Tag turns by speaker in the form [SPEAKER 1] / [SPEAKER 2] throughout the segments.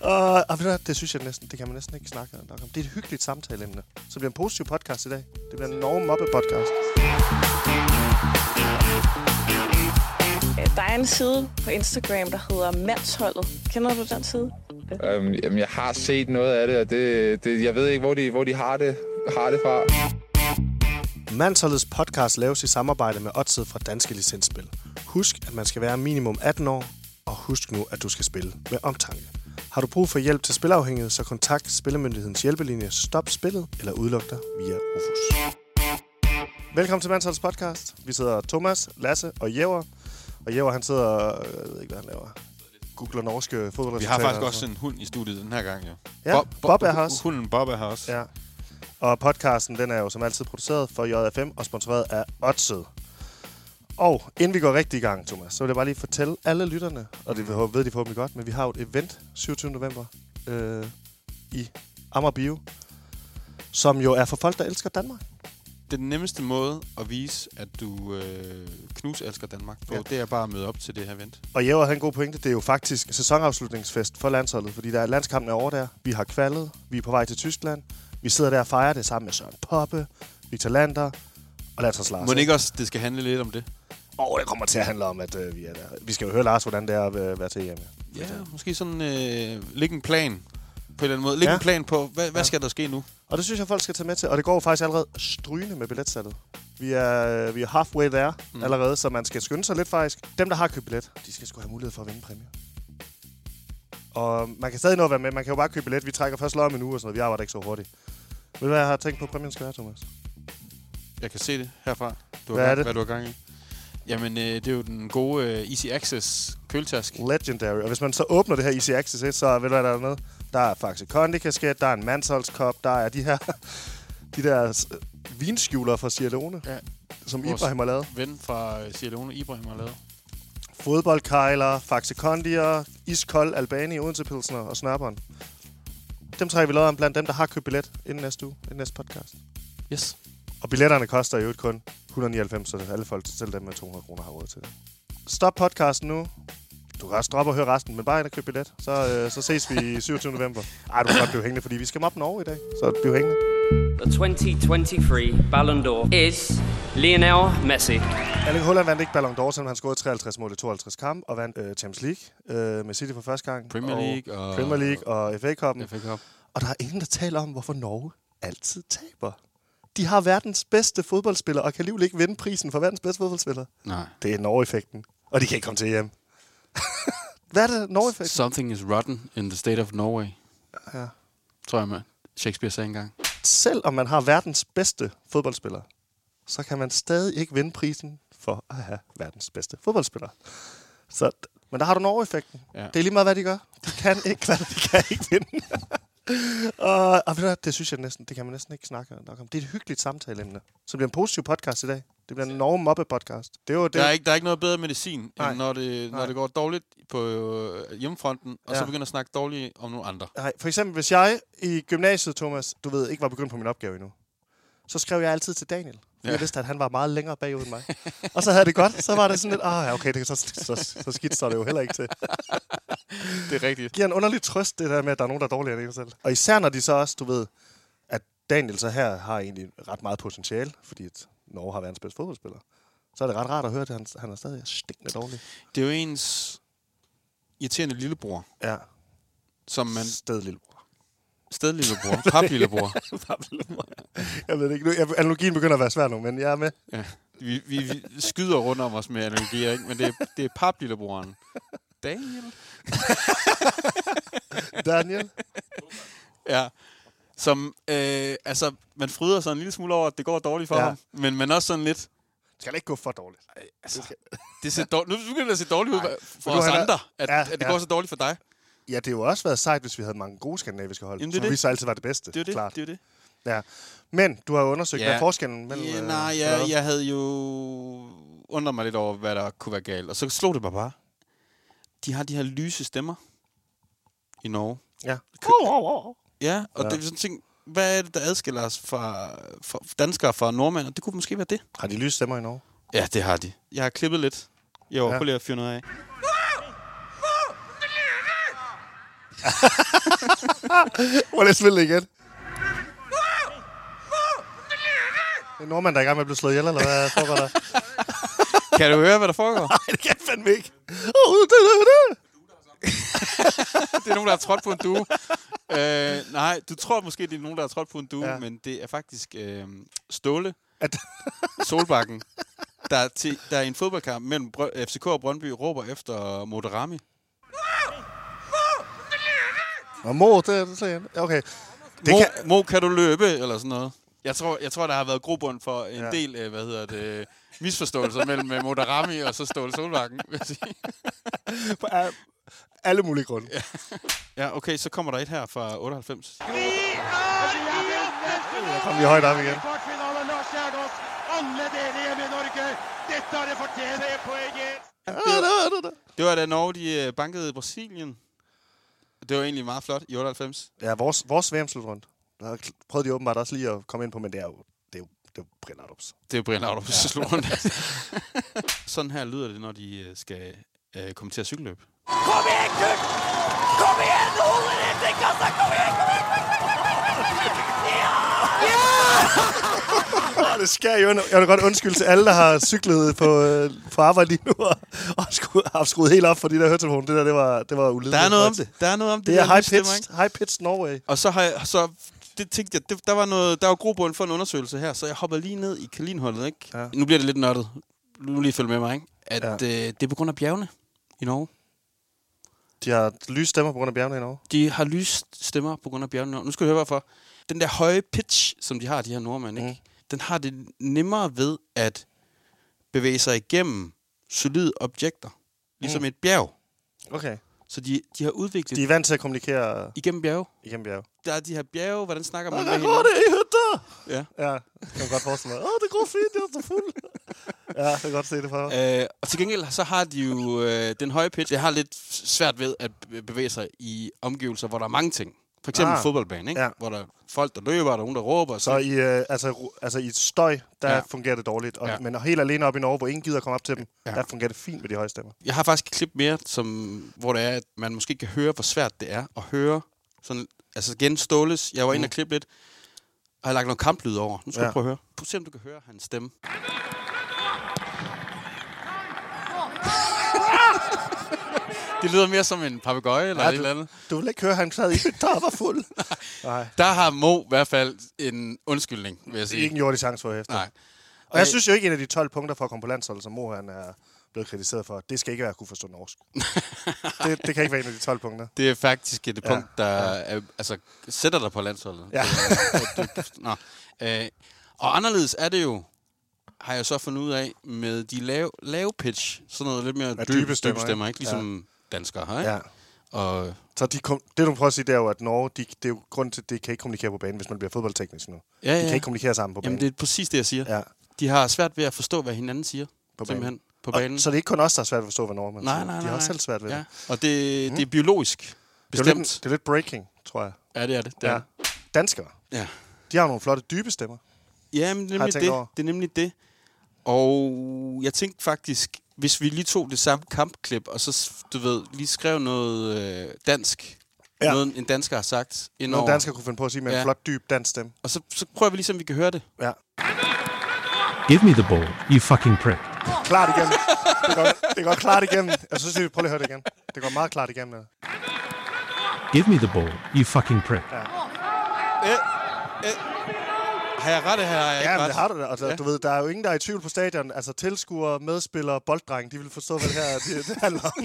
[SPEAKER 1] og, og ved du hvad, det synes jeg næsten, det kan man næsten ikke snakke nok om. Det er et hyggeligt samtaleemne. Så det bliver en positiv podcast i dag. Det bliver en Norge Mobbe podcast.
[SPEAKER 2] Øh, Der er en side på Instagram, der hedder Mandsholdet. Kender du den side?
[SPEAKER 3] Øhm, jamen, jeg har set noget af det, og det, det, jeg ved ikke, hvor de, hvor de har, det, har det fra.
[SPEAKER 1] Mandsholdets podcast laves i samarbejde med Odset fra Danske Licensspil. Husk, at man skal være minimum 18 år, og husk nu, at du skal spille med omtanke. Har du brug for hjælp til spilafhængighed, så kontakt Spillemyndighedens hjælpelinje Stop Spillet eller udluk dig via Rufus. Velkommen til Mansholds podcast. Vi sidder Thomas, Lasse og Jæver. Og Jæver, han sidder, øh, jeg ved ikke, hvad han laver, googler norske fodboldresultater.
[SPEAKER 4] Vi har
[SPEAKER 1] og
[SPEAKER 4] faktisk
[SPEAKER 1] sådan
[SPEAKER 4] også en hund i studiet den her gang, jo.
[SPEAKER 1] Ja, Bob er her også.
[SPEAKER 4] Hunden Bob er her også. Ja.
[SPEAKER 1] Ja. Og podcasten, den er jo som altid produceret for JFM og sponsoreret af Odset. Og inden vi går rigtig i gang, Thomas, så vil jeg bare lige fortælle alle lytterne, og det ved- ved de forhåbentlig godt, men vi har jo et event 27. november øh, i Amagerbio, som jo er for folk, der elsker Danmark.
[SPEAKER 4] Det er den nemmeste måde at vise, at du øh, knus elsker Danmark på,
[SPEAKER 1] Ja.
[SPEAKER 4] ja. det er bare at møde op til det her event.
[SPEAKER 1] Og Jæver havde en god pointe. Det er jo faktisk sæsonafslutningsfest for landsholdet, fordi der er landskampen er over der. Vi har kvalet. Vi er på vej til Tyskland. Vi sidder der og fejrer det sammen med Søren Poppe, Victor Lander og Lars Larsen.
[SPEAKER 4] Må det ikke også, det skal handle lidt om det?
[SPEAKER 1] Og det kommer til at handle om, at øh, vi er der. Vi skal jo høre, Lars, hvordan det er at øh, være til hjemme.
[SPEAKER 4] Ja, Altså, måske sådan øh, lægge en plan på en eller anden måde. Læg
[SPEAKER 1] Ja.
[SPEAKER 4] ja. en plan på, hvad, hvad ja. skal der ske nu?
[SPEAKER 1] Og det synes jeg, folk skal tage med til. Og det går jo faktisk allerede strygende med billetsalget. Vi er, øh, vi er halfway there mm. allerede, så man skal skynde sig lidt faktisk. Dem, der har købt billet, de skal sgu have mulighed for at vinde præmie. Og man kan stadig nå at være med. Man kan jo bare købe billet. Vi trækker først lod om en uge og sådan noget. Vi arbejder ikke så hurtigt. Ved du, hvad jeg har tænkt på, præmien skal være, Thomas?
[SPEAKER 4] Jeg kan se det herfra. Du har
[SPEAKER 1] Hvad er
[SPEAKER 4] gang,
[SPEAKER 1] det?
[SPEAKER 4] Hvad du har gang i. Jamen, øh, det er jo den gode øh, Easy Access køletask.
[SPEAKER 1] Legendary. Og hvis man så åbner det her Easy Access, ikke, så ved du, hvad der er med. Der er faktisk kasket der er en mandsholdskop, der er de her de der øh, vinskjuler fra Sierra Leone,
[SPEAKER 4] Ja.
[SPEAKER 1] som
[SPEAKER 4] Vores-
[SPEAKER 1] Ibrahim har lavet.
[SPEAKER 4] Ven fra øh, Sierra Leone, Ibrahim har lavet.
[SPEAKER 1] Fodboldkejler, Faxe Kondier, Iskold, Albani, Odense Pilsner og Snørbånd. Dem trækker vi lod om blandt dem, der har købt billet inden næste uge, inden næste podcast.
[SPEAKER 4] Yes.
[SPEAKER 1] Og billetterne koster i øvrigt kun 199, så alle folk, selv dem med 200 kroner, har råd til det. Stop podcasten nu. Du kan også droppe og høre resten, men bare ind og købe billet. Så, øh, så ses vi 27. november. Ej, du kan godt blive hængende, fordi vi skal mobbe Norge i dag. Så bliv hængende.
[SPEAKER 5] The 2023 Ballon d'Or is Lionel Messi.
[SPEAKER 1] Erling Haaland vandt ikke Ballon d'Or, selvom han scorede 53 mål i 52 kamp og vandt øh, Champions League øh, med City for første gang.
[SPEAKER 4] Premier
[SPEAKER 1] og
[SPEAKER 4] League og-
[SPEAKER 1] Premier League og fa Cup'en.
[SPEAKER 4] FA Cup.
[SPEAKER 1] Og der er ingen, der taler om, hvorfor Norge altid taber. De har verdens bedste fodboldspiller, og kan alligevel ikke vinde prisen for verdens bedste fodboldspiller.
[SPEAKER 4] Nej.
[SPEAKER 1] Det er Norge-effekten. Og de kan ikke komme til hjem. Hvad er det, Norge-effekten?
[SPEAKER 4] Something is rotten in the state of Norway.
[SPEAKER 1] Ja.
[SPEAKER 4] Tror jeg, man. Shakespeare sagde engang.
[SPEAKER 1] Selv om man har verdens bedste fodboldspiller, så kan man stadig ikke vinde prisen for at have verdens bedste fodboldspiller. Så, men der har du Norge-effekten. Ja.
[SPEAKER 4] Ja.
[SPEAKER 1] Det er lige meget, hvad de gør. De kan ikke, hvad de kan ikke vinde. og, og ved du hvad, det synes jeg næsten, det kan man næsten ikke snakke nok om. Det er et hyggeligt samtaleemne. Så det bliver en positiv podcast i dag. Det bliver en Norge Mobbe podcast. Det er jo det.
[SPEAKER 4] Der er, ikke, der er ikke noget bedre medicin,
[SPEAKER 1] Nej.
[SPEAKER 4] end når det,
[SPEAKER 1] Nej.
[SPEAKER 4] når det går dårligt på øh, hjemmefronten, og
[SPEAKER 1] Ja.
[SPEAKER 4] ja. så begynder at snakke dårligt om nogle andre.
[SPEAKER 1] Nej, for eksempel, hvis jeg i gymnasiet, Thomas, du ved, ikke var begyndt på min opgave endnu, så skrev jeg altid til Daniel. Fordi ja.
[SPEAKER 4] Ja.
[SPEAKER 1] jeg vidste, at han var meget længere bagud end mig. og så havde jeg det godt. Så var det sådan lidt, ah, ja, okay, det, så, så, så skidt står det jo heller ikke til.
[SPEAKER 4] Det er rigtigt.
[SPEAKER 1] giver en underlig trøst, det der med, at der er nogen, der er dårligere end en selv. Og især når de så også, du ved, at Daniel så her har egentlig ret meget potentiale, fordi at Norge har verdens bedste fodboldspiller. Så er det ret rart at høre, at han, han er stadig stinkende dårlig.
[SPEAKER 4] Det er jo ens irriterende lillebror,
[SPEAKER 1] Ja,
[SPEAKER 4] som man...
[SPEAKER 1] men... Sted, lillebror.
[SPEAKER 4] Stedlillebror. Paplillebror.
[SPEAKER 1] Jeg ved det ikke. Nu, jeg- analogien begynder at være svær nu, men jeg er med.
[SPEAKER 4] ja. vi, vi, vi skyder rundt om os med analogier, ikke? men det er, det er paplillebroren. Daniel?
[SPEAKER 1] Daniel?
[SPEAKER 4] Ja. Som, øh, altså, man fryder sig en lille smule over, at det går dårligt for
[SPEAKER 1] Ja.
[SPEAKER 4] ja. ham, men man også sådan lidt...
[SPEAKER 1] Det skal da ikke gå for dårligt.
[SPEAKER 4] Altså, det ser dårligt, nu begynder det at se dårligt ud for
[SPEAKER 1] Men du
[SPEAKER 4] os
[SPEAKER 1] har da-
[SPEAKER 4] andre, at,
[SPEAKER 1] Ja,
[SPEAKER 4] ja, at det
[SPEAKER 1] ja.
[SPEAKER 4] går så dårligt for dig.
[SPEAKER 1] Ja, det er jo også været sejt, hvis vi havde mange gode skandinaviske hold. Jamen,
[SPEAKER 4] Jamen, det er
[SPEAKER 1] som
[SPEAKER 4] det.
[SPEAKER 1] vi så altid var det bedste,
[SPEAKER 4] Det er jo det.
[SPEAKER 1] klart.
[SPEAKER 4] det, er jo det.
[SPEAKER 1] Ja. Men du har jo undersøgt, ja.
[SPEAKER 4] Ja.
[SPEAKER 1] hvad er forskellen mellem...
[SPEAKER 4] Ja,
[SPEAKER 1] øh, hvad?
[SPEAKER 4] nej, jeg, jeg havde jo undret mig lidt over, hvad der kunne være galt. Og så slog det mig bare. De har de her lyse stemmer i Norge.
[SPEAKER 1] Ja.
[SPEAKER 4] Ja, og
[SPEAKER 1] Ja.
[SPEAKER 4] ja. det er sådan ting, hvad er det, der adskiller os fra, fra danskere fra nordmænd? Og det kunne måske være det.
[SPEAKER 1] Har de lyse stemmer i Norge?
[SPEAKER 4] Ja, det har de. Jeg har klippet lidt. Jeg var
[SPEAKER 1] Ja.
[SPEAKER 4] ja. på lige at fyre noget af.
[SPEAKER 1] Prøv lige at spille det igen. En nordmand, der er i gang med at blive slået ihjel, eller hvad foregår der?
[SPEAKER 4] Kan du høre, hvad der foregår?
[SPEAKER 1] Nej, det kan jeg fandme ikke. Oh, det, det, det.
[SPEAKER 4] det er nogen, der har trådt på en due. Øh, nej, du tror måske, det er nogen, der har trådt på en due,
[SPEAKER 1] Ja.
[SPEAKER 4] ja. men det er faktisk øh, Ståle
[SPEAKER 1] At,
[SPEAKER 4] Solbakken, der, er til, der er i en fodboldkamp mellem Brø- FCK og Brøndby råber efter Motorami.
[SPEAKER 1] Nå, mor, det, det, det, okay. Det
[SPEAKER 4] Mo,
[SPEAKER 1] kan,
[SPEAKER 4] kan... Mo, kan du løbe? Eller sådan noget. Jeg tror, jeg tror der har været grobund for en
[SPEAKER 1] Ja.
[SPEAKER 4] ja. del, øh, hvad hedder det, misforståelser mellem øh, Motorami og så Ståle Solbakken. vil jeg sige.
[SPEAKER 1] på a- alle mulige grunde. Ja.
[SPEAKER 4] ja, okay, så kommer der et her fra 98.
[SPEAKER 1] Jeg kom lige højt op igen.
[SPEAKER 6] Kvartfinalen, Lars Kjærgaards andre delhjem i Norge. Dette har det fortjent. Tre poeng i
[SPEAKER 1] Ah, da, da, da.
[SPEAKER 4] Det var da Norge, de øh, bankede Brasilien. Det var egentlig meget flot i 98.
[SPEAKER 1] Ja, vores, vores VM-slutrunde. Der kl- prøvede de åbenbart også lige at komme ind på, men det er jo, det er jo, det er jo Brian Ardups.
[SPEAKER 4] Det er Brian Laudrup, der slog rundt. Sådan her lyder det, når de øh, skal øh, komme til at cykelløb.
[SPEAKER 7] Kom igjen, gutt! Kom igjen, du holder det til kassa! Kom igjen, kom igjen!
[SPEAKER 1] Og Ah, det skal jo. Jeg vil godt undskylde til alle, der har cyklet på, øh, på arbejde lige nu, og, og skru, har skruet helt op for de der høretelefoner. Det der, det var, det var ulideligt.
[SPEAKER 4] Der er noget om
[SPEAKER 1] højt.
[SPEAKER 4] det. Der er noget om det.
[SPEAKER 1] Det er
[SPEAKER 4] der
[SPEAKER 1] high
[SPEAKER 4] lydstemme, ikke?
[SPEAKER 1] pitched, high pitched Norway.
[SPEAKER 4] Og så har jeg, så det tænkte jeg, det, der var noget, der var grobund for en undersøgelse her, så jeg hopper lige ned i kalinholdet, ikke?
[SPEAKER 1] Ja.
[SPEAKER 4] Ja. Nu bliver det lidt nørdet. Nu lige følg med mig, ikke? At
[SPEAKER 1] Ja.
[SPEAKER 4] ja. øh, det er på grund af bjergene i Norge.
[SPEAKER 1] De har lyse stemmer på grund af bjergene i Norge.
[SPEAKER 4] De har lys stemmer på grund af bjergene. i Norge. Nu skal du høre, hvorfor. Den der høje pitch, som de har, de her nordmænd, ikke?
[SPEAKER 1] Mm.
[SPEAKER 4] den har det nemmere ved at bevæge sig igennem solide objekter. Ligesom et bjerg.
[SPEAKER 1] Okay.
[SPEAKER 4] Så de, de har udviklet
[SPEAKER 1] Mm. De
[SPEAKER 4] de...
[SPEAKER 1] er vant til at kommunikere øh,
[SPEAKER 4] igennem bjerge.
[SPEAKER 1] igennem bjerge.
[SPEAKER 4] Der er de her bjerge, hvordan snakker man med
[SPEAKER 1] Der går
[SPEAKER 4] hinanden?
[SPEAKER 1] det i hytter!
[SPEAKER 4] Ja.
[SPEAKER 1] Ja, det kan man godt forestille mig. Åh, det går fint, det er så fuld. ja, jeg kan godt se det for mig.
[SPEAKER 4] Øh, og til gengæld så har de jo øh, den høje pitch. Det har lidt svært ved at bevæge sig i omgivelser, hvor der er mange ting. For eksempel
[SPEAKER 1] Ah.
[SPEAKER 4] ah, fodboldbanen, ikke?
[SPEAKER 1] Ja.
[SPEAKER 4] Ja. hvor der er folk, der løber, og der er nogen, der råber.
[SPEAKER 1] Så i, øh, altså, ru- altså i støj, der ja.
[SPEAKER 4] Ja.
[SPEAKER 1] fungerer det dårligt. Og, ja.
[SPEAKER 4] Ja.
[SPEAKER 1] Men helt alene op i Norge, hvor ingen gider komme op til dem, ja.
[SPEAKER 4] Ja.
[SPEAKER 1] der fungerer det fint med de høje stemmer.
[SPEAKER 4] Jeg har faktisk et klip mere, som, hvor det er, at man måske kan høre, hvor svært det er at høre. Sådan, altså igen, Ståles, jeg var inde og klippe lidt, og har lagt noget kamplyd over. Nu skal
[SPEAKER 1] Mm. Ja.
[SPEAKER 4] ja. du prøve at høre. Prøv at se, om du kan høre hans stemme. det lyder mere som en papegøje eller ja, et eller andet.
[SPEAKER 1] Du vil ikke høre, han sad i hytter og var fuld. Nej,
[SPEAKER 4] Der har Mo i hvert fald en undskyldning, vil jeg
[SPEAKER 1] det er
[SPEAKER 4] sige.
[SPEAKER 1] ikke en jordisk chance for efter.
[SPEAKER 4] Nej.
[SPEAKER 1] Og jeg synes jo ikke, en af de 12 punkter for at komme på landsholdet, som Mo han er blevet kritiseret for, det skal ikke være at kunne forstå norsk. det, det kan ikke være en af de 12 punkter.
[SPEAKER 4] Det er faktisk et punkt, der Er, altså, sætter dig på landsholdet.
[SPEAKER 1] Ja.
[SPEAKER 4] Det- det- det- Nå. Øh, og anderledes er det jo, har jeg så fundet ud af, med de lave, lave pitch, sådan noget lidt mere dybe,
[SPEAKER 1] dybe stemmer,
[SPEAKER 4] dybe stemmer, stemmer
[SPEAKER 1] ikke?
[SPEAKER 4] ikke? ligesom ja. danskere har. Ikke?
[SPEAKER 1] Ja.
[SPEAKER 4] Og,
[SPEAKER 1] Så de kom, det, du prøver at sige, det er jo, at Norge, de, det er jo grund til, at de kan ikke kommunikere på banen, hvis man bliver fodboldteknisk nu.
[SPEAKER 4] Ja,
[SPEAKER 1] De
[SPEAKER 4] ja.
[SPEAKER 1] kan ikke kommunikere sammen på banen.
[SPEAKER 4] jamen, det er præcis det, jeg siger.
[SPEAKER 1] Ja.
[SPEAKER 4] De har svært ved at forstå, hvad hinanden siger.
[SPEAKER 1] På
[SPEAKER 4] På
[SPEAKER 1] banen.
[SPEAKER 4] simpelthen på banen.
[SPEAKER 1] Og, så det er ikke kun os, der er svært ved at forstå, hvad Norge man
[SPEAKER 4] nej,
[SPEAKER 1] siger.
[SPEAKER 4] nej, nej.
[SPEAKER 1] De har også
[SPEAKER 4] nej.
[SPEAKER 1] selv svært ved
[SPEAKER 4] ja.
[SPEAKER 1] det. Mhm.
[SPEAKER 4] Og det, det er biologisk.
[SPEAKER 1] Det er, jo lidt,
[SPEAKER 4] Bestemt.
[SPEAKER 1] det er lidt breaking, tror jeg.
[SPEAKER 4] Ja, det er det. det ja. Er. det.
[SPEAKER 1] Danskere,
[SPEAKER 4] ja.
[SPEAKER 1] de har nogle flotte dybe stemmer.
[SPEAKER 4] Ja, men
[SPEAKER 1] jeg
[SPEAKER 4] nemlig
[SPEAKER 1] tænkt
[SPEAKER 4] det.
[SPEAKER 1] over.
[SPEAKER 4] Det er nemlig det. Og jeg tænkte faktisk, hvis vi lige tog det samme kampklip, og så, s- du ved, lige skrev noget øh, dansk,
[SPEAKER 1] Ja.
[SPEAKER 4] ja. noget en dansker har sagt
[SPEAKER 1] Nogle
[SPEAKER 4] indover,
[SPEAKER 1] danskere kunne finde på at sige med ja. en
[SPEAKER 4] Ja.
[SPEAKER 1] flot, dyb dansk stemme.
[SPEAKER 4] og så, så prøver vi lige, om vi kan høre det.
[SPEAKER 1] Ja.
[SPEAKER 8] Give me the ball, you fucking prick.
[SPEAKER 1] Klart igennem. Det går, det går klart igennem. Jeg synes, vi prøver lige at høre det igen. Det går meget klart igennem. Det.
[SPEAKER 8] Give me the ball, you fucking prick.
[SPEAKER 4] Har jeg ret, eller har jeg
[SPEAKER 1] Ja,
[SPEAKER 4] ikke
[SPEAKER 1] men
[SPEAKER 4] ret?
[SPEAKER 1] det har du da. Altså, ja.
[SPEAKER 4] Ja.
[SPEAKER 1] du ved, der er jo ingen, der er i tvivl på stadion. Altså, tilskuere, medspillere, bolddreng, de vil forstå, hvad det her det, det handler om.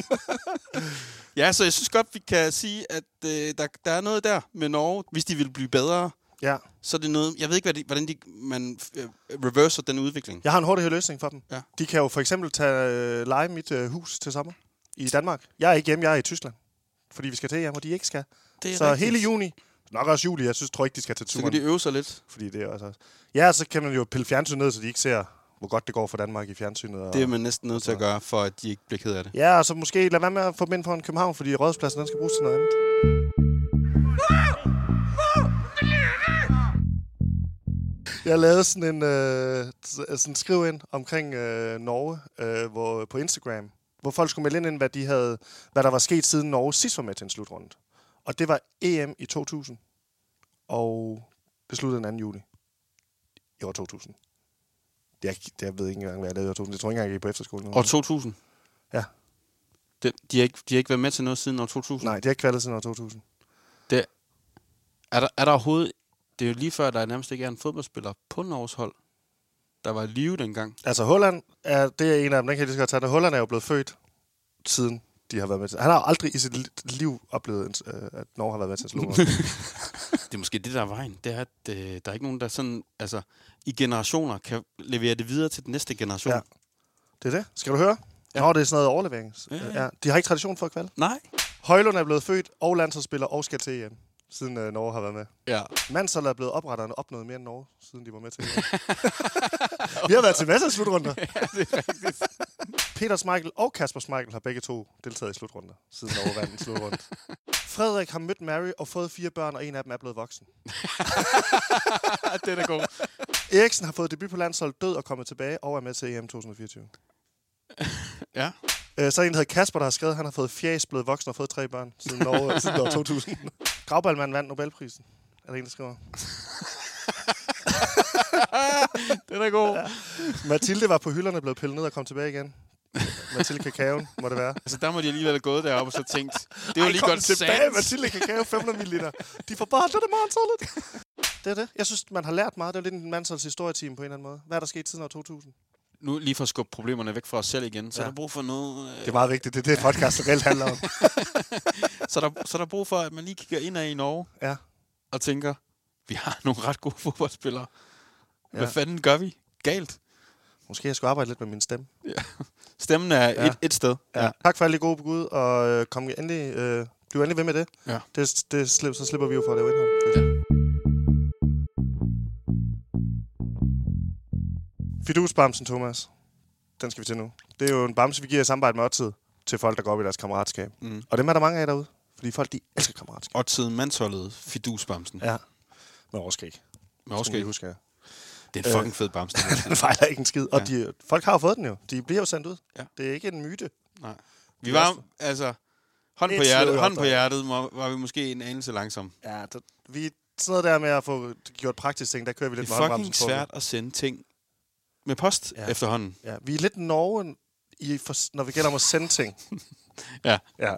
[SPEAKER 4] Ja, så jeg synes godt, vi kan sige, at øh, der, der er noget der med Norge. Hvis de vil blive bedre,
[SPEAKER 1] Ja.
[SPEAKER 4] så er det noget... Jeg ved ikke, hvad de, hvordan de, man øh, reverser den udvikling.
[SPEAKER 1] Jeg har en hurtig løsning for dem. Ja.
[SPEAKER 4] Ja.
[SPEAKER 1] De kan jo for eksempel tage øh, lege mit øh, hus til sommer i Danmark. Jeg er ikke hjemme, jeg er i Tyskland. Fordi vi skal til hjem, og de ikke skal.
[SPEAKER 4] Det er
[SPEAKER 1] Så
[SPEAKER 4] rigtigt.
[SPEAKER 1] hele juni, nok også juli, jeg synes, tror ikke, de skal til
[SPEAKER 4] Så kan
[SPEAKER 1] turen.
[SPEAKER 4] de øve sig lidt.
[SPEAKER 1] Fordi det er også... Ja, og så kan man jo pille fjernsynet ned, så de ikke ser, hvor godt det går for Danmark i fjernsynet. Og...
[SPEAKER 4] Det er man næsten nødt til at gøre, for at de ikke bliver ked af det.
[SPEAKER 1] Ja, og så måske lad være med at få dem ind foran København, fordi rådspladsen den skal bruges til noget andet. Jeg lavede sådan en, øh, s- sådan en skriv ind omkring øh, Norge øh, hvor, på Instagram, hvor folk skulle melde ind, hvad, de havde, hvad der var sket siden Norge sidst var med til en slutrunde. Og det var EM i 2000, og det sluttede den 2. juli i år 2000. Jeg, jeg ved ikke engang, hvad jeg lavede i år 2000. Jeg tror ikke engang, jeg gik på efterskolen.
[SPEAKER 4] År 2000.
[SPEAKER 1] Mm. Ja.
[SPEAKER 4] Det, de, har ikke, de har ikke været med til noget siden år 2000.
[SPEAKER 1] Nej, det har ikke kvalget siden år 2000.
[SPEAKER 4] Det, er, der, er der overhovedet... Det er jo lige før, der nærmest ikke er en fodboldspiller på Norges hold, der var i live dengang.
[SPEAKER 1] Altså, Holland er, det er en af dem, den kan jeg lige så godt tage. det. Holland er jo blevet født siden de har været med til. Han har jo aldrig i sit li- liv oplevet, en- øh, at Norge har været med til at slå Holland.
[SPEAKER 4] Altså, Det er måske det, der er vejen. Det er, at øh, der er ikke nogen, der sådan... Altså, i generationer kan levere det videre til den næste generation.
[SPEAKER 1] Ja. Det er det. Skal du høre? Ja. Nå, det er sådan noget overlevering. Ja, ja. ja. De har ikke tradition for at kvalde.
[SPEAKER 4] Nej.
[SPEAKER 1] Højlund er blevet født og landsholdsspiller og skal til EM, siden øh, Norge har været med.
[SPEAKER 4] Ja.
[SPEAKER 1] Mansal er blevet oprettet og opnået mere end Norge, siden de var med til EM. Vi har været til masser af slutrunder. ja, det er rigtigt. Peter Schmeichel og Kasper Schmeichel har begge to deltaget i slutrunder, siden Norge vandt en slutrunde. Frederik har mødt Mary og fået fire børn, og en af dem er blevet voksen.
[SPEAKER 4] Den er god.
[SPEAKER 1] Eriksen har fået debut på landsholdet, død og kommet tilbage og er med til EM 2024.
[SPEAKER 4] Ja.
[SPEAKER 1] Øh, så er der en, der hedder Kasper, der har skrevet, at han har fået fjæs, blevet voksen og fået tre børn siden, Norge, siden år 2000. Grauballmann vandt Nobelprisen. Er der en, der skriver?
[SPEAKER 4] Den er god. Ja.
[SPEAKER 1] Mathilde var på hylderne blevet pillet ned og kom tilbage igen. Mathilde Kakaoen, må det være.
[SPEAKER 4] Altså, der må de alligevel have gået deroppe og så tænkt, det var lige
[SPEAKER 1] kom
[SPEAKER 4] godt
[SPEAKER 1] tilbage,
[SPEAKER 4] sandt.
[SPEAKER 1] Mathilde Kakao, 500 ml. De får bare det meget solid. Det er det. Jeg synes, man har lært meget. Det er jo lidt en mandsholds historietime på en eller anden måde. Hvad er der sket siden år 2000?
[SPEAKER 4] Nu lige for at skubbe problemerne væk fra os selv igen, så ja. er der brug for noget... Øh,
[SPEAKER 1] Det er meget vigtigt. Det er det, podcast reelt handler om.
[SPEAKER 4] så, er der, så er der brug for, at man lige kigger indad i Norge
[SPEAKER 1] Ja.
[SPEAKER 4] og tænker, vi har nogle ret gode fodboldspillere. Hvad
[SPEAKER 1] Ja.
[SPEAKER 4] fanden gør vi? Galt.
[SPEAKER 1] Måske jeg skulle arbejde lidt med min stemme.
[SPEAKER 4] Stemmen er
[SPEAKER 1] Ja.
[SPEAKER 4] ja. et, et sted.
[SPEAKER 1] Ja. ja. Tak for alle de gode bud, og øh, kom endelig, øh, bliv endelig ved med det.
[SPEAKER 4] Ja.
[SPEAKER 1] det, det slip, så slipper vi jo for at lave indhold. Ja. Fidusbamsen, Thomas. Den skal vi til nu. Det er jo en bamse, vi giver i samarbejde med Ottid til folk, der går op i deres kammeratskab. Mm. Og dem er der mange af derude, fordi folk, de elsker kammeratskab.
[SPEAKER 4] Og tiden mandsholdet, fidusbamsen. Ja.
[SPEAKER 1] Ja. Men overskæg.
[SPEAKER 4] Men også skal I huske,
[SPEAKER 1] husker jeg.
[SPEAKER 4] det
[SPEAKER 1] Øh.
[SPEAKER 4] er en fucking fed bamse. den her.
[SPEAKER 1] Den fejler ikke en skid. Og de, folk har jo fået den jo. De bliver jo sendt ud.
[SPEAKER 4] Ja.
[SPEAKER 1] Det er ikke en myte.
[SPEAKER 4] Nej. Vi var, altså, hånd på
[SPEAKER 1] Et
[SPEAKER 4] hjertet,
[SPEAKER 1] sløret
[SPEAKER 4] hånd på
[SPEAKER 1] opdrag.
[SPEAKER 4] hjertet var, var vi måske en anelse langsom.
[SPEAKER 1] Ja, altså. det, vi sådan noget der med at få gjort praktisk ting, der kører vi lidt med
[SPEAKER 4] Det er
[SPEAKER 1] håndbremsen på.
[SPEAKER 4] fucking svært at sende ting med post ja. efterhånden.
[SPEAKER 1] Ja, vi er lidt Norge, i for, når vi gælder om at sende ting.
[SPEAKER 4] Ja.
[SPEAKER 1] ja.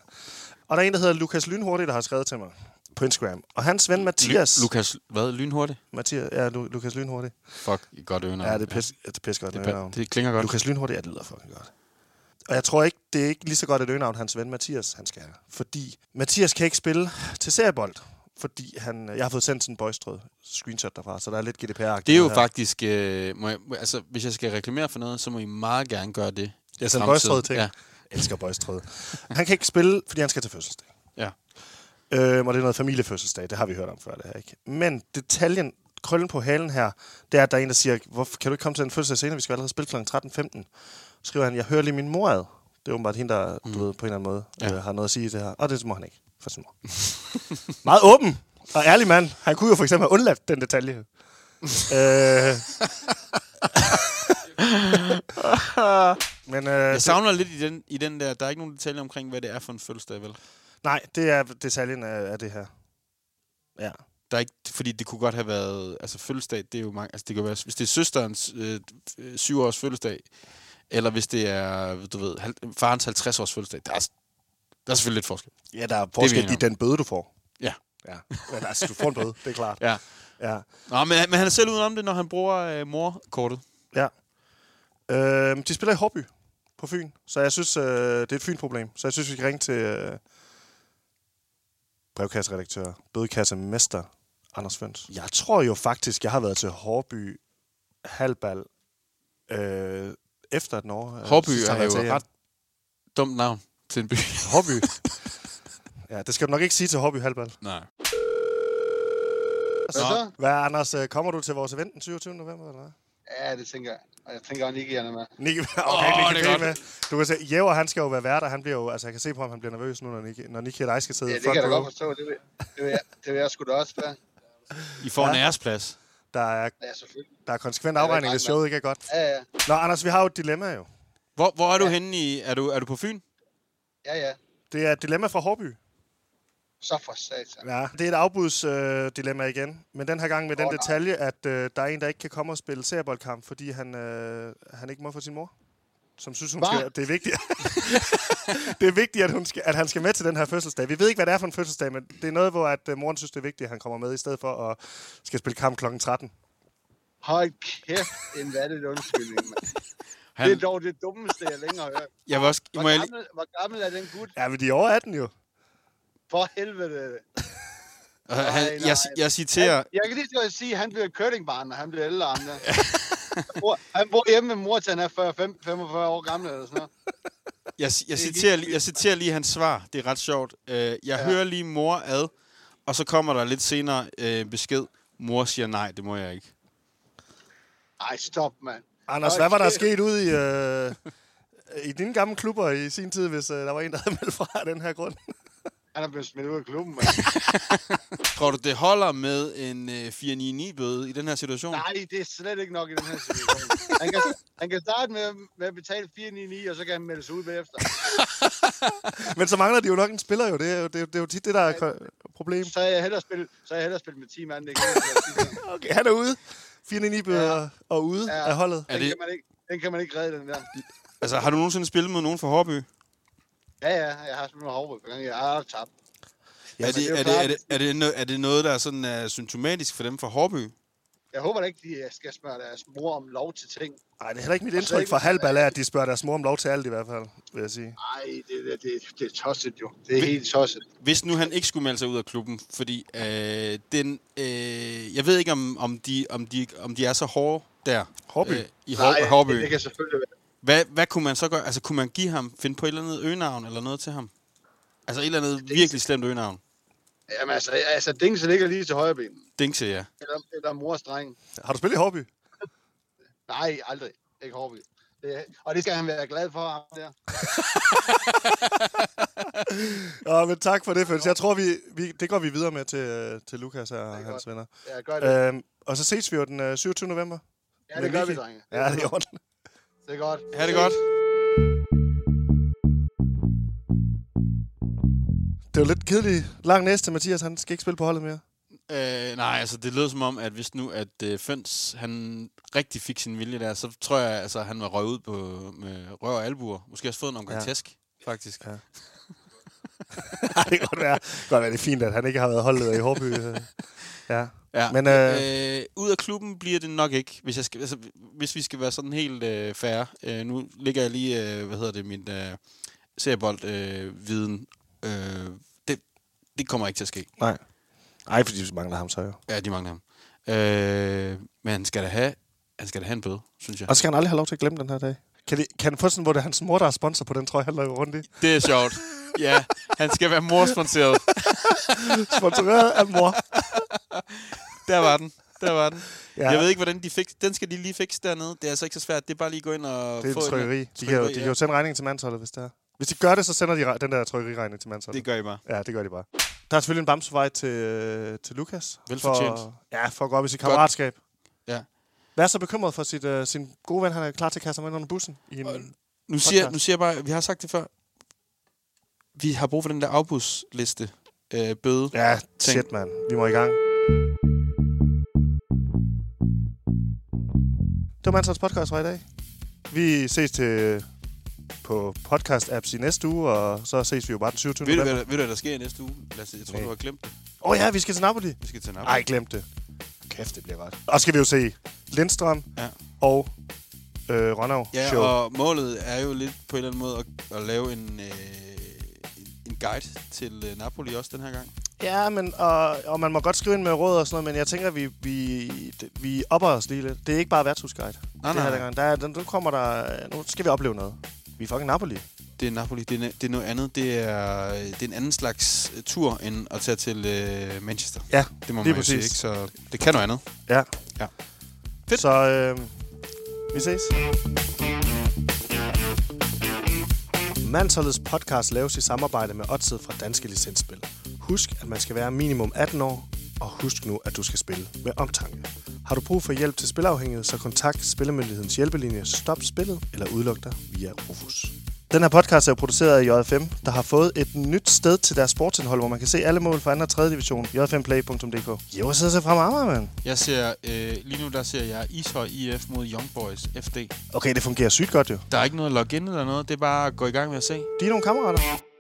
[SPEAKER 1] Og der er en, der hedder Lukas Lynhurtig, der har skrevet til mig på Instagram. Og hans ven Mathias...
[SPEAKER 4] Lu- Lukas, hvad? Lynhurtigt?
[SPEAKER 1] Mathias ja, Lu- Lukas Lynhurtig.
[SPEAKER 4] Fuck, I godt øvner.
[SPEAKER 1] Ja, det er pis, ja. det er pis godt.
[SPEAKER 4] Det,
[SPEAKER 1] øgenavn.
[SPEAKER 4] det klinger godt.
[SPEAKER 1] Lukas Lynhurtig, ja, det lyder fucking godt. Og jeg tror ikke, det er ikke lige så godt et øgenavn, hans ven Mathias, han skal have. Fordi Mathias kan ikke spille til seriebold, fordi han, jeg har fået sendt sådan en boystrød screenshot derfra, så der er lidt GDPR-agtigt.
[SPEAKER 4] Det er jo
[SPEAKER 1] her.
[SPEAKER 4] faktisk... Øh, må jeg, altså, hvis jeg skal reklamere for noget, så må I meget gerne gøre det. i
[SPEAKER 1] Jeg sendte
[SPEAKER 4] fremtiden.
[SPEAKER 1] boystrød ting. Ja.
[SPEAKER 4] Ja,
[SPEAKER 1] Elsker boystrød. Han kan ikke spille, fordi han skal til fødselsdag.
[SPEAKER 4] ja.
[SPEAKER 1] Øhm, og det er noget familiefødselsdag, det har vi hørt om før, det her, ikke? Men detaljen, krøllen på halen her, det er, at der er en, der siger, hvorfor kan du ikke komme til den fødselsdag senere, vi skal allerede spille kl. 13.15. Så skriver han, jeg hører lige min mor ad. Det er åbenbart hende, der du ved, på en eller anden måde ja.
[SPEAKER 4] Ja.
[SPEAKER 1] øh, har noget at sige i det her. Og det må han ikke for sin mor. Meget åben og ærlig mand. Han kunne jo for eksempel have undladt den detalje. øh. Men, øh,
[SPEAKER 4] Jeg savner lidt i den, i den der... Der er ikke nogen detaljer omkring, hvad det er for en fødselsdag, vel?
[SPEAKER 1] nej, det er detaljen af, af det her. Ja.
[SPEAKER 4] Der er ikke, fordi det kunne godt have været... Altså, fødselsdag, det er jo mange... Altså, det kan være, hvis det er søsterens øh, øh, syvårs fødselsdag, eller hvis det er, du ved, hal, farens 50-års fødselsdag, der er, s- der er selvfølgelig lidt forskel.
[SPEAKER 1] Ja, der er
[SPEAKER 4] vi
[SPEAKER 1] forskel
[SPEAKER 4] enige
[SPEAKER 1] i
[SPEAKER 4] om.
[SPEAKER 1] den bøde, du får.
[SPEAKER 4] Ja.
[SPEAKER 1] Ja, men altså, du får en bøde, det er klart.
[SPEAKER 4] Ja.
[SPEAKER 1] Ja.
[SPEAKER 4] Nå, men, men han er selv udenom det, når han bruger øh, morkortet.
[SPEAKER 1] ja. Øhm, de spiller i Hårby på Fyn, så jeg synes, øh, det er et Fyn-problem. Så jeg synes, vi kan ringe til øh, brevkasseredaktør, bødekassemester Anders Føns. Jeg tror jo faktisk, jeg har været til Hårby halvbal øh, efter et år. øh,
[SPEAKER 4] Hårby
[SPEAKER 1] sidst har
[SPEAKER 4] er
[SPEAKER 1] jeg
[SPEAKER 4] jo
[SPEAKER 1] været
[SPEAKER 4] et
[SPEAKER 1] til, ja.
[SPEAKER 4] ret dumt navn til en by.
[SPEAKER 1] Hårby. ja, det skal du nok ikke sige til Hårby halvbal.
[SPEAKER 4] Nej.
[SPEAKER 6] Hvad så?
[SPEAKER 1] Hvad, Anders, øh, kommer du til vores event den 27. november, eller hvad?
[SPEAKER 6] Ja, det tænker jeg. Og jeg tænker, at Nicky er med.
[SPEAKER 1] Nick, okay,
[SPEAKER 4] Åh,
[SPEAKER 1] oh,
[SPEAKER 4] det
[SPEAKER 1] Nick
[SPEAKER 4] er
[SPEAKER 1] det er
[SPEAKER 4] godt.
[SPEAKER 1] med. Du kan se, Jæver, han skal jo være vært, og han bliver jo, altså jeg kan se på ham, han bliver nervøs nu, når Nick, når Nick og dig skal sidde.
[SPEAKER 6] Ja, det
[SPEAKER 1] front
[SPEAKER 6] kan jeg da
[SPEAKER 1] row.
[SPEAKER 6] godt forstå. Det vil, det vil, jeg, det vil jeg sgu da også være.
[SPEAKER 4] I får ja. en
[SPEAKER 1] Ja.
[SPEAKER 4] æresplads.
[SPEAKER 1] Der er,
[SPEAKER 6] Ja, selvfølgelig.
[SPEAKER 1] der er konsekvent
[SPEAKER 6] er
[SPEAKER 1] afregning,
[SPEAKER 6] ikke
[SPEAKER 1] hvis showet ikke er godt.
[SPEAKER 6] Ja, ja.
[SPEAKER 1] Nå, Anders, vi har jo et dilemma jo.
[SPEAKER 4] Hvor, hvor er du henne i... Er du, er du på Fyn?
[SPEAKER 6] Ja, ja.
[SPEAKER 1] Det er et dilemma fra Hårby.
[SPEAKER 9] Så for satan.
[SPEAKER 1] Ja, det er et afbudsdilemma øh, dilemma igen, men den her gang med den
[SPEAKER 9] Åh, nej.
[SPEAKER 1] detalje, at øh, der er en, der ikke kan komme og spille serboldkamp, fordi han, øh, han ikke må få sin mor, som synes, hun
[SPEAKER 9] Hva?
[SPEAKER 1] skal, det er vigtigt, det er vigtigt at, hun skal, at han skal med til den her fødselsdag. Vi ved ikke, hvad det er for en fødselsdag, men det er noget, hvor at, øh, moren synes, det er vigtigt, at han kommer med, i stedet for at skal spille kamp kl. 13.
[SPEAKER 9] Hold kæft, en vattet undskyldning, mand.
[SPEAKER 4] Han,
[SPEAKER 9] Det er dog det dummeste, jeg længe har hørt.
[SPEAKER 4] jeg vil også, må
[SPEAKER 9] Hvor
[SPEAKER 4] jeg, lige-
[SPEAKER 9] gammel, hvor gammel er den gut?
[SPEAKER 1] Ja, men de er over 18 jo.
[SPEAKER 9] For helvede.
[SPEAKER 4] og han,
[SPEAKER 9] nej,
[SPEAKER 4] jeg,
[SPEAKER 9] nej.
[SPEAKER 4] jeg citerer,
[SPEAKER 9] Jeg kan lige så godt sige, at han bliver et curlingbarn, når han bliver ældre. Ham der. Han bor- han bor hjemme med mor, til han er 40, fem- 45 år gammel eller sådan noget.
[SPEAKER 4] jeg, jeg, citerer, lige- jeg citerer lige hans svar. Det er ret sjovt. Øh, Jeg ja. hører lige mor ad, og så kommer der lidt senere øh, besked. Mor siger nej, det må jeg ikke.
[SPEAKER 9] Ej, stop, mand.
[SPEAKER 1] Anders,
[SPEAKER 9] Hold
[SPEAKER 1] hvad var der
[SPEAKER 9] kæft.
[SPEAKER 1] sket ude i, øh, i dine gamle klubber i sin tid, hvis øh, der var en, der havde meldt fra af den her grund?
[SPEAKER 9] Han er blevet smidt ud af klubben, mand.
[SPEAKER 4] Tror du, det holder med en øh, 499-bøde i den her situation?
[SPEAKER 9] Nej, det er slet ikke nok i den her situation. Han kan, han kan starte med, med at betale 499, og så kan han melde sig ud bagefter.
[SPEAKER 1] Men så mangler de jo nok en spiller jo. Det er jo, det er jo, det er jo tit det, der er ko- problem.
[SPEAKER 9] Så er jeg hellere spille, så er jeg hellere spille med 10 mand. Det kan,
[SPEAKER 1] Okay, han er ude. 4-9 bøder ja. og ude ja.
[SPEAKER 9] Ja.
[SPEAKER 1] af holdet.
[SPEAKER 4] Er
[SPEAKER 9] den,
[SPEAKER 4] det,
[SPEAKER 9] kan man ikke, den kan man ikke redde, den der.
[SPEAKER 4] altså, har du nogensinde spillet mod nogen fra Hårby?
[SPEAKER 9] Ja, ja, jeg har spillet med Havbøk. Jeg har tabt. Altså,
[SPEAKER 4] Ja, er, det,
[SPEAKER 9] det er jo
[SPEAKER 4] er, det,
[SPEAKER 9] klart.
[SPEAKER 4] er, det, er, det, no- er det noget, der er sådan er symptomatisk for dem fra Hårby?
[SPEAKER 9] Jeg håber da ikke, de øh, skal smøre deres mor om lov til ting.
[SPEAKER 1] Nej, det er heller ikke mit
[SPEAKER 9] Og så
[SPEAKER 1] indtryk
[SPEAKER 9] ikke-
[SPEAKER 1] fra Halbal, at de spørger deres mor om lov til alt i hvert fald, vil jeg sige.
[SPEAKER 9] Nej, det, det, det, det er tosset jo. Det er helt tosset.
[SPEAKER 4] Hvis nu han ikke skulle melde sig ud af klubben, fordi øh, den, øh, jeg ved ikke, om, om, de, om, de, om de er så hårde der. øh,
[SPEAKER 1] Hårby?
[SPEAKER 4] I Hår,
[SPEAKER 9] Nej,
[SPEAKER 4] Nej, Hårby.
[SPEAKER 9] det, det kan selvfølgelig være.
[SPEAKER 4] Hvad, hvad kunne man så gøre? Altså, kunne man give ham, finde på et eller andet øgenavn eller noget til ham? Altså, et eller andet virkelig slemt øgenavn.
[SPEAKER 9] Jamen altså, altså Dingsen ligger lige til højre ben.
[SPEAKER 4] Dingse, ja.
[SPEAKER 9] Eller, eller mors dreng.
[SPEAKER 1] Har du spillet i Hårby?
[SPEAKER 9] Nej, aldrig. Ikke Hårby. Det, er- og det skal han være glad for, ham der.
[SPEAKER 1] Ja, men tak for det, Føls. Jeg tror, vi, vi, det går vi videre med til, øh, til Lukas her og
[SPEAKER 9] er
[SPEAKER 1] hans venner.
[SPEAKER 9] Ja, gør det.
[SPEAKER 1] Øhm, og så ses vi jo den øh, 27. november.
[SPEAKER 9] ja,
[SPEAKER 1] med
[SPEAKER 9] det gør
[SPEAKER 1] Vicky.
[SPEAKER 9] vi, drenge.
[SPEAKER 1] Ja, det er i orden.
[SPEAKER 9] Det er godt.
[SPEAKER 4] Ha' det godt.
[SPEAKER 1] Det var lidt kedeligt. Lang næste, Mathias. Han skal ikke spille på holdet mere.
[SPEAKER 4] Øh, nej, altså det lød som om, at hvis nu at øh, Føns, han rigtig fik sin vilje der, så tror jeg, altså, han var røget ud på, med røv og albuer. Måske også fået en omgang
[SPEAKER 1] Ja.
[SPEAKER 4] ja. tæsk, faktisk.
[SPEAKER 1] Ja.
[SPEAKER 4] Ja.
[SPEAKER 1] Nej, det kan godt være. Godt være, det er fint, at han ikke har været holdleder i Hårby. øh. ja.
[SPEAKER 4] ja.
[SPEAKER 1] Men,
[SPEAKER 4] Men,
[SPEAKER 1] øh,
[SPEAKER 4] øh... Øh, ud af klubben bliver det nok ikke, hvis, jeg skal, altså, hvis vi skal være sådan helt øh, færre. Øh, nu ligger jeg lige, øh, hvad hedder det, min øh, seriebold-viden. Øh, viden. øh, det, det kommer ikke til at ske.
[SPEAKER 1] Nej. Nej, fordi vi mangler ham så jo.
[SPEAKER 4] Ja, de mangler ham. Øh, men han skal da have, han skal da have en bøde, synes jeg.
[SPEAKER 1] Og så skal han aldrig have lov til at glemme den her dag. Kan, de, kan han få sådan, hvor det er hans mor, der er sponsor på den trøje, han løber rundt i?
[SPEAKER 4] Det er sjovt. Ja, han skal være morsponsoreret.
[SPEAKER 1] Sponsoreret af mor.
[SPEAKER 4] Der var den. Der var den.
[SPEAKER 1] Ja.
[SPEAKER 4] Ja. Jeg ved ikke, hvordan de fik... Den skal de lige fikse dernede. Det er altså ikke så svært. Det er bare lige at gå ind og
[SPEAKER 1] Det er
[SPEAKER 4] få
[SPEAKER 1] en trykkeri. De kan, jo, de kan jo sende regningen til mandsholdet, hvis det er. Hvis de gør det, så sender de re- den der trykkeriregning til mandsholdet.
[SPEAKER 4] Det gør I bare.
[SPEAKER 1] Ja, det gør de bare. Der er selvfølgelig en bamsevej til, øh, til Lukas.
[SPEAKER 4] Velfortjent.
[SPEAKER 1] For, ja, for at gå op i sit kammeratskab.
[SPEAKER 4] Ja.
[SPEAKER 1] Vær så bekymret for sit, øh, sin gode ven, han er klar til at kaste ham ind under bussen. I en,
[SPEAKER 4] Nu siger, nu siger jeg bare... Vi har sagt det før. Vi har brug for den der afbudsliste. Øh, bøde.
[SPEAKER 1] ja,
[SPEAKER 4] ting.
[SPEAKER 1] shit, mand. Vi må i gang. Det var Mansholds podcast for i dag. Vi ses til på podcast-apps i næste uge, og så ses vi jo bare den 27.
[SPEAKER 4] Ved du,
[SPEAKER 1] november.
[SPEAKER 4] hvad, der- ved du, hvad der sker i næste uge? Lad os, jeg tror,
[SPEAKER 1] Nej.
[SPEAKER 4] du har glemt det.
[SPEAKER 1] Åh oh, ja, vi skal til Napoli.
[SPEAKER 4] Vi skal til Napoli.
[SPEAKER 1] Nej, glem det. Kæft, det bliver godt. Og så skal vi jo se Lindstrøm
[SPEAKER 4] Ja.
[SPEAKER 1] og øh, Ronau
[SPEAKER 4] Ja,
[SPEAKER 1] show.
[SPEAKER 4] og målet er jo lidt på en eller anden måde at, at lave en, øh, en- en guide til øh, Napoli også den her gang.
[SPEAKER 1] Ja, men, og, og man må godt skrive ind med råd og sådan noget, men jeg tænker, vi, vi, det- vi opper os lige lidt. Det er ikke bare værtshusguide.
[SPEAKER 4] Nej,
[SPEAKER 1] det
[SPEAKER 4] nej,
[SPEAKER 1] her
[SPEAKER 4] nej.
[SPEAKER 1] gang. Der er, den- nu kommer der... Nu skal vi opleve noget. Vi er fucking Napoli.
[SPEAKER 4] Det er Napoli. Det er, det er noget andet. Det er, øh, det er en anden slags øh, tur, end at tage til øh, Manchester.
[SPEAKER 1] Ja, lige
[SPEAKER 4] Det må man jo
[SPEAKER 1] præcis.
[SPEAKER 4] sige, ikke? Så det kan noget andet.
[SPEAKER 1] Ja.
[SPEAKER 4] Ja.
[SPEAKER 1] Fedt. Så øh, vi ses. Mandsholdets podcast laves i samarbejde med Odset fra Danske Licensspil. Husk, at man skal være minimum 18 år, og husk nu, at du skal spille med omtanke. Har du brug for hjælp til spilafhængighed, så kontakt Spillemyndighedens hjælpelinje Stop Spillet eller udluk dig via Rufus. Den her podcast er jo produceret af JFM, der har fået et nyt sted til deres sportsindhold, hvor man kan se alle mål fra 2. og 3. division. jfmplay.dk Jo, så ser altså frem Amager, mand.
[SPEAKER 4] Jeg ser, øh, lige nu der ser jeg Ishøj IF mod Young Boys FD.
[SPEAKER 1] Okay, det fungerer sygt godt jo.
[SPEAKER 4] Der er ikke noget login eller noget, det er bare at gå i gang med at se.
[SPEAKER 1] De er nogle kammerater.